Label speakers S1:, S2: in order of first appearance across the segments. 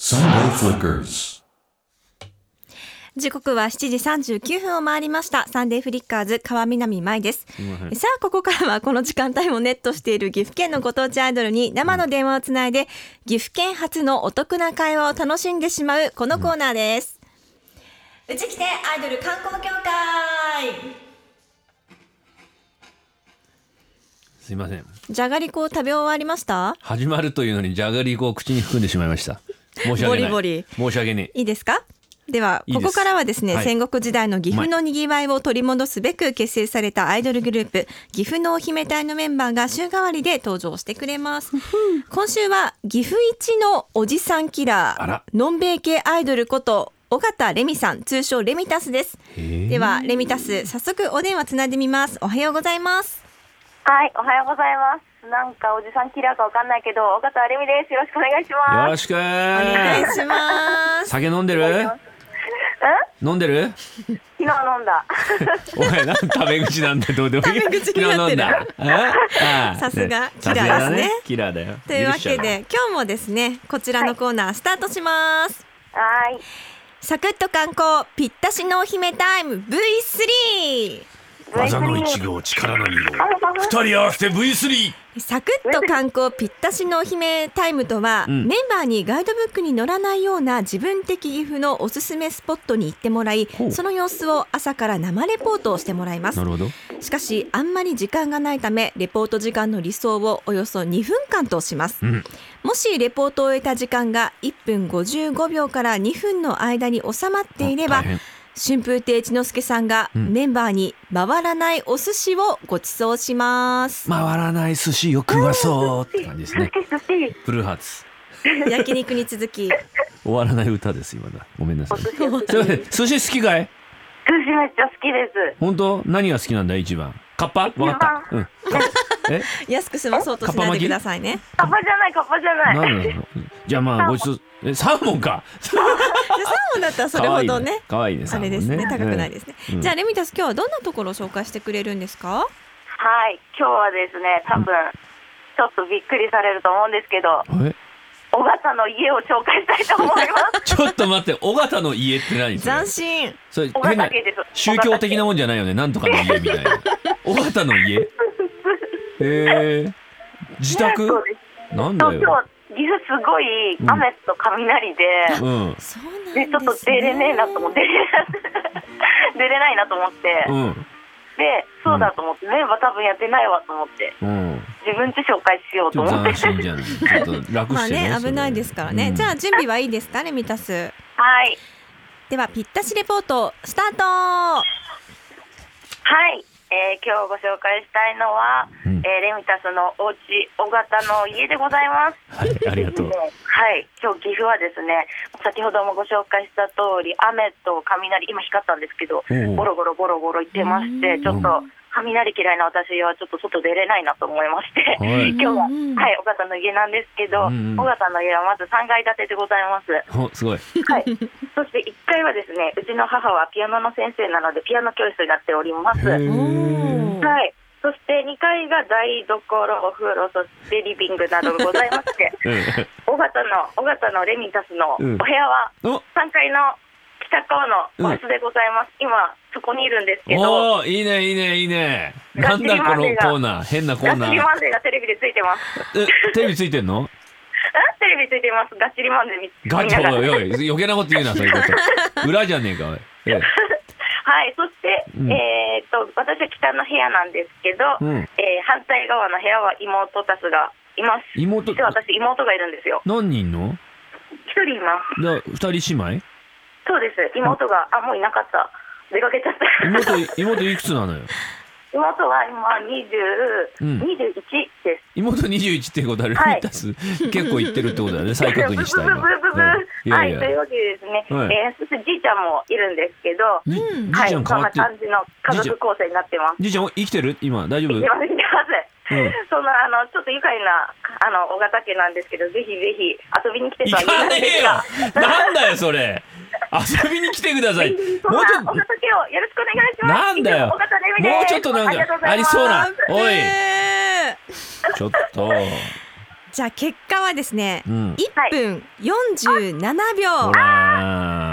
S1: Sunday Flickers.
S2: 時刻は7時39分を回りましたサンデーフリッカーズ川南舞ですさあここからはこの時間帯もネットしている岐阜県のご当地アイドルに生の電話をつないで岐阜県初のお得な会話を楽しんでしまうこのコーナーです、うちきてアイドル観光協会
S3: すいません
S2: じゃがりこを食べ終わりました
S3: 始まるというのにじゃがりこを口に含んでしまいました申し訳ない
S2: ボリ
S3: 申し訳ねえ
S2: いいですかではい
S3: い
S2: こ
S3: です
S2: こからはですね
S3: はい
S2: 戦国時代の岐阜のにぎわいを取り戻すべく結成されたアイドルグループ岐阜のお姫隊のメンバーが週替わりで登場してくれ ます今週は岐阜一のおじさんキラ
S3: あ
S2: ー
S3: ら
S2: のんべい系アイドルこと尾形レミさん通称レミタスです
S3: へえ
S2: ではレミタス早速お電話つないでみますおはようございます
S4: はい、おはようございます。なんかおじさんキラーかわかんないけど、岡田あれみです。よろしくお願いし
S3: よ
S4: ま
S3: ろ
S4: す。
S3: しく
S2: お願いします
S3: 酒飲んでる飲んでる
S4: ん昨日飲んだ。
S3: お前なんタメ口なんだどうでもいい
S2: タメ口になってる
S3: 昨日飲んだえああ
S2: さすが
S3: ね
S2: キラーですね
S3: さがキラーだよ
S2: というわ
S3: 許しちゃ
S2: けで今日もですねこちらのコーナースタートします、
S4: はい。
S2: サクッと観光ぴったしのお姫タイム V3
S5: 技の
S4: V3
S5: 1号力の2
S4: あ
S5: 号
S4: あ
S5: 二人合わせて V3
S2: サクッと観光ぴったしのお姫タイムとは、
S3: ん
S2: メンバーにガイドブックに載らないような自分的岐阜のおすすめスポットに行ってもらい
S3: ほう
S2: その様子を朝から生レポートをしてもらいます
S3: なるほど
S2: しかしあんまり時間がないためレポート時間の理想をおよそ2分間とします、
S3: ん
S2: もしレポートを終えた時間が1分55秒から2分の間に収まっていれば
S3: あ大変
S2: 春風亭一之輔さんがメンバーに回らないお寿司をご馳走し ます、
S3: 回らない寿司よくわそうって感じですね
S4: 寿司、
S3: フルーハーツ
S2: 焼肉に続き
S3: 終わらない歌です今だごめ んなさいす
S4: 寿司、寿司
S3: いません寿司好きかい
S4: めっちゃ好きです。
S3: 本当何が好きなんだい一番カッパわかった うんカッパえ
S2: 安く済まそうとしないでください ね
S4: カッパじゃない、カッパじゃない。
S3: 何なのじゃあまあごちそうえサーモ ンか
S2: でサーモンだったらそれほどね
S3: 可愛いね
S2: あれですね高くないですすね、
S3: うん
S2: じゃあレミタス今日はどんなところを紹介してくれるんですか
S4: はい、今日はですね、多分、ちょっとびっくりされると思うんですけど、
S3: え
S4: 尾形の家を紹介したいと思います。
S3: ちょっと待って尾形の家って何それ
S2: 斬新
S3: それ
S4: 尾
S3: 変な
S4: 形家です。
S3: 宗教的な
S4: 尾形
S3: もんじゃないよねなんとかの家みたい な尾形の家へえ 自
S4: 家
S3: 宅
S4: そうです。
S3: なんだ
S4: 東京
S3: よ、
S4: 岐阜すごい雨と雷で、
S3: うん
S2: そうなんです、ね、
S4: でちょっと出れねえな と思って出れないなと思って、
S3: うん
S4: でそうだと思って、メンバー多分やってないわと思って
S3: うん
S4: 自分ち紹介しよう
S3: ち
S4: と
S3: ょっ
S4: 思
S3: と
S4: って
S3: 斬新じゃないちょっと楽
S2: ま
S3: し
S2: あ
S3: てね
S2: ね危ないですからね、じゃあ準備はいいですかレミタス
S4: はい
S2: ではぴったしレポートスタート
S4: はい、えー今日ご紹介したいのは、
S3: うん
S4: えーレミタスのお家尾形の家でございます
S3: あはいありが とう
S4: はい今日岐阜はですね先ほどもご紹介した通り雨と雷今光ったんですけど
S3: おう
S4: ゴロゴロゴロゴロ言ってまして、ちょっと雷嫌いな私はちょっと外出れないなと思いまして、
S3: はい
S4: 今日は、
S2: うんうん
S4: はい、尾形の家なんですけど、
S3: う
S4: 尾、
S3: んうん
S4: 形の家はまず3階建てでございます。
S3: おすごい
S4: はい。そして1階はですね、うちの母はピアノの先生なので、ピアノ教室になっております。
S3: へ
S4: は
S3: え
S2: おー
S4: い。そして2階が台所、お風呂、そしてリビングなどがござい まして、尾形の、尾形のレミタスのお
S3: うん
S4: 部屋は
S3: うんお
S4: 3階の北川の和室でございます。今、そこにいるんですけど、
S3: おーいいねいいねいいねな
S4: ガ
S3: ん
S4: チ
S3: だ
S4: リ
S3: こ
S4: マ
S3: の
S4: ンデーが
S3: コーナー変なコ
S4: ガ
S3: ー
S4: ッチ
S3: ナ
S4: リ
S3: ー
S4: マンデーがテレビでついてます。
S3: えテレビついてんの
S4: あテレビついてます。ガッチリマンデー見
S3: ガ
S4: 見
S3: チ
S4: ながら
S3: おいおい余計なこと言うなそういうこと裏じゃねえかおいええ
S4: はい。そして、
S3: うん
S4: えーっと、私は北の部屋なんですけど、
S3: うん
S4: えー反対側の部屋は妹たちがいます。
S3: 妹
S4: 実は私、妹がいるんですよ。
S3: 何人の
S4: 一人います。
S3: だ二人姉妹
S4: そうです。妹が、あ、もういなかった。出かけちゃった。
S3: 妹い妹いくつなのよ
S4: 妹は今20、
S3: うん
S4: 21です。
S3: 妹二十一ってことある、
S4: はい
S3: レミタス結構言ってるってことだよね再確認したい
S4: ブブ
S3: 今
S4: ブブブ
S3: うんい
S4: ブ
S3: や
S4: はいい、
S3: や
S4: というわけでですね、
S3: はい
S4: えーそしてじいちゃんもいるんですけど、
S3: じじい
S4: はい、
S3: ちゃ
S4: そ
S3: ん
S4: ん
S3: 変わ
S4: な
S3: ってる
S4: 感じの家族構成になってます。
S3: じいちゃん生きてる今大丈夫
S4: います、います。
S3: うん
S4: そんなあのちょっと愉快なあの尾形家なんですけど、ぜひぜひ遊びに来て
S3: 行
S4: とは言え
S3: かね
S4: ないんで
S3: え
S4: す
S3: よ
S4: が、
S3: なんだよそれ遊びに来てくださいもう
S4: そんな
S3: ちょっ
S4: 尾
S3: と
S4: 形家をよろしくお願いします。
S3: なんだよ
S4: 以上尾形レミです
S3: もうちょっとなんか
S4: りがとございます
S3: ありそうなおい
S2: えー
S3: ちょっと
S2: じゃあ結果はですね、
S3: うん。
S2: 1分47秒、
S3: ほら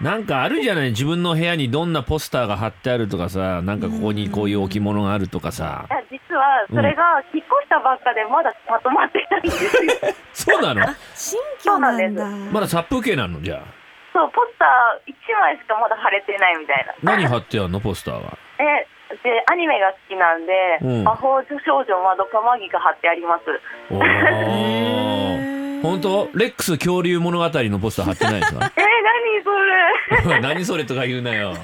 S3: ー。なんかあるじゃない自分の部屋にどんなポスターが貼ってあるとかさなんかここにこういう置物があるとかさ
S4: いや実はそれが引っ越したばっかでまだまとまってないんですよ
S3: そうなの
S2: 新居なんだ
S4: そう
S3: まだ殺風景なのじゃあ
S4: そうポスター1枚しかまだ貼れてないみたいな
S3: 何貼ってあんのポスターは
S4: えでアニメが好きなんで
S3: うん
S4: 「魔法少女まどかマギ」が貼ってあります
S3: お
S2: へ
S3: ー
S2: ー
S3: 本当レックス恐竜物語のポスター貼ってないですか
S4: えー、何それ
S3: 何それとか言うなよ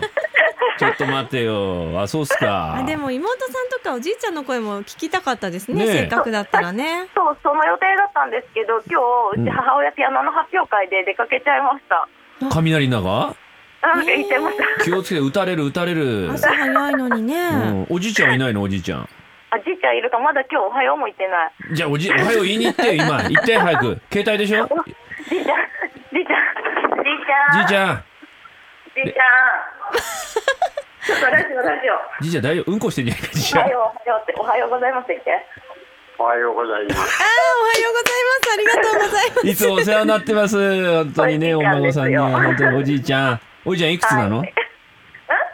S3: ちょっと待てよあそうっすか
S2: あでも妹さんとかおじいちゃんの声も聞きたかったですね
S3: ねえ
S2: せっかくだったらね
S4: そう、その予定だったんですけど、今日、うち母親ピアノの発表会で出かけちゃいました。
S3: 雷なが
S4: なんか言っちゃいました。
S3: 気をつけて撃たれる撃たれる、
S2: 朝早いのにね、
S3: うん、おじいちゃんいないのおじいちゃん
S4: あ、じいちゃんいるか、まだ今日おはようも言ってない。
S3: じゃあおじおはよう言いに行ってよ今行って早く携帯でしょ
S4: じいちゃん、じいちゃん、じいち
S3: じ
S4: ゃ
S3: いちゃん
S4: ん、じいちゃん。ちょっとラジオ、ラジオ。
S3: じいちゃん大丈夫うんこしてんじゃないかじい
S4: お
S3: ちゃん
S4: はよう、おはようって、おはようございますって言って。
S5: おはようございます。
S2: あーおはようございますありがとうございます
S3: いつもお世話になってます本当にねお
S4: おじいちゃん
S3: 孫
S4: です
S3: さんに
S4: よ
S3: 本当におじいちゃんおじいちゃんいくつなの
S4: はい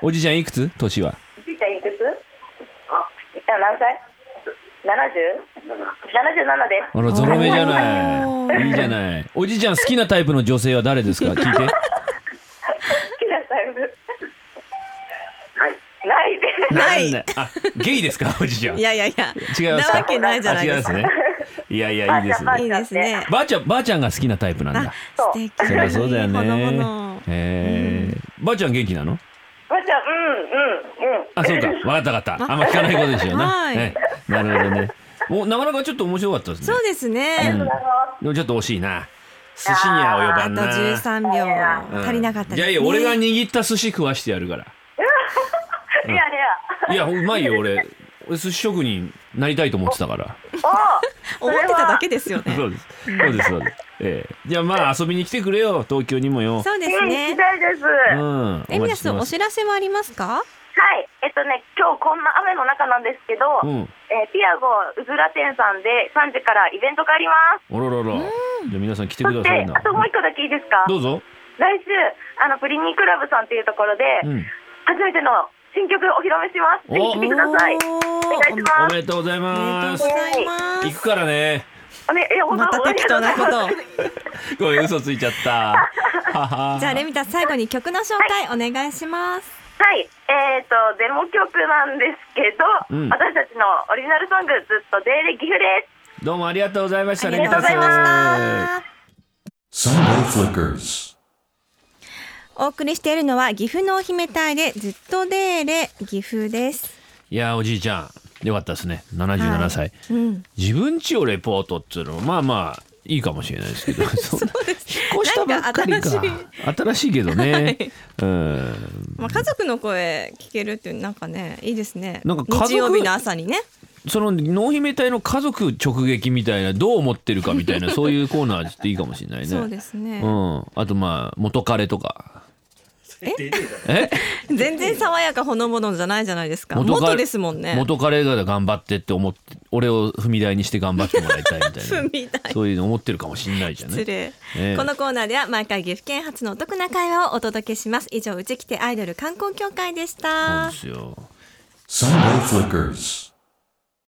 S3: おじいちゃんいくつ年は
S4: じいちゃんいくつあ、じいちゃん何歳 ?70?77 です。
S3: あらゾロ目じゃない
S2: お
S3: いいじゃないおじいちゃん好きなタイプの女性は誰ですか聞いて
S4: 好きなタイプ。ないです。
S2: ない
S3: んだあゲイですかおじいちゃん
S2: いやいやいや
S3: 違いますか
S2: なわけないじゃないですか
S3: あ違いますねいやいやいいですね
S2: いいですね
S3: ばあちゃんばあちゃんが好きなタイプなんだ
S4: そ
S2: 素
S4: う。
S2: 敵
S3: そりゃそうだよ
S2: ほのぼ
S3: ね
S2: の
S3: えーばあちゃん元気なの
S4: ばあちゃん、うん、うん、うん。
S3: あそうかわかったわ かったあんま聞かないことですよな
S2: はい
S3: ねなるほどねおなかなかちょっと面白かったですね
S2: そうです
S3: う
S2: ね、
S3: んでもちょっと惜しいな寿司には及ば
S2: あ
S3: ん
S2: と
S3: な
S2: 13秒足りなかったです、ね
S3: いやいや俺が握った寿司食わしてやるから
S4: いやいや。
S3: いやうまい よ俺俺寿司職人なりたいと思ってたから
S4: お
S2: 思ってただけですよね
S3: そうですそうですそうです、ええ、じゃあまあ遊びに来てくれよ東京にもよ
S2: そうです
S4: 行
S2: ね
S4: きたいです。
S3: う
S4: は
S3: んお
S2: エミ
S3: 待
S2: ヤ
S3: ちして
S2: ス
S3: ま
S2: お
S3: す
S2: 知らせはありますか
S4: い。えっとね、今日こんな雨の中なんですけど、
S3: うん
S4: えーピアゴうずら店さんで3時からイベントがあります。
S3: おろろろじゃあ皆さん来て
S4: そ
S3: く
S4: し
S3: ださい
S4: て、
S3: な
S4: あともう一個だけいいですか
S3: どうぞ
S4: 来週、あの、プリニークラブさんっていうところで、
S3: うん
S4: 初めての新曲お披露目します。ぜひ来てください。お願いし
S3: お
S4: ま
S3: めでとうござい
S2: おめ
S3: ま
S2: ですとうございま
S3: 行
S2: す
S3: くからね
S4: す。おね、え、本
S2: ま
S4: 当
S2: た適当なこ。
S4: あ
S2: とを
S3: ごめん嘘ついちゃったはは
S2: じゃあレミタ最後に曲の紹介お願いします
S4: はい。えっ、と、デモ曲なんですけど、
S3: うん
S4: 私たちのオリジナルソング、ずっとデイレギフです。
S3: どうもありがとうございました
S2: ありがとうございま
S3: レミ
S2: し
S3: タさん
S2: た
S5: Sunday Flickers.
S2: お送りしているのは岐阜のお姫隊でずっとデーレ岐阜です
S3: いやーおじいちゃんよかったですね
S2: は
S3: 77
S2: い
S3: 歳、
S2: うん
S3: 自分家をレポートっていうのはまあまあいいかもしれないですけどそんな
S2: そうです
S3: 引っ越したばっかりか
S2: なんか
S3: 新
S2: 新しい
S3: しいけどね、
S2: はい
S3: うん
S2: まあ、家族の声聞けるっていうなんかねいいですね
S3: なんか家族
S2: 日曜日の朝にね
S3: その濃姫隊の家族直撃みたいなどう思ってるかみたいなそういうコーナーちょっといいかもしれないね
S2: そうですね、
S3: うん、あとまあ元彼とかえ
S2: 全然爽やかほのぼのじゃないじゃないですか
S3: 元
S2: 元
S3: 彼
S2: ですもんね
S3: 元彼が頑張ってって思って俺を踏み台にして頑張ってもらいたいみたいな
S2: 踏み台
S3: そういうの思ってるかもしれないじゃない
S2: 失礼、
S3: ええ
S2: このコーナーでは毎回岐阜県発のお得な会話をお届けします以上うちきてアイドル観光協会でし
S3: そう
S2: た
S3: ですよ
S5: Sunday Flickers.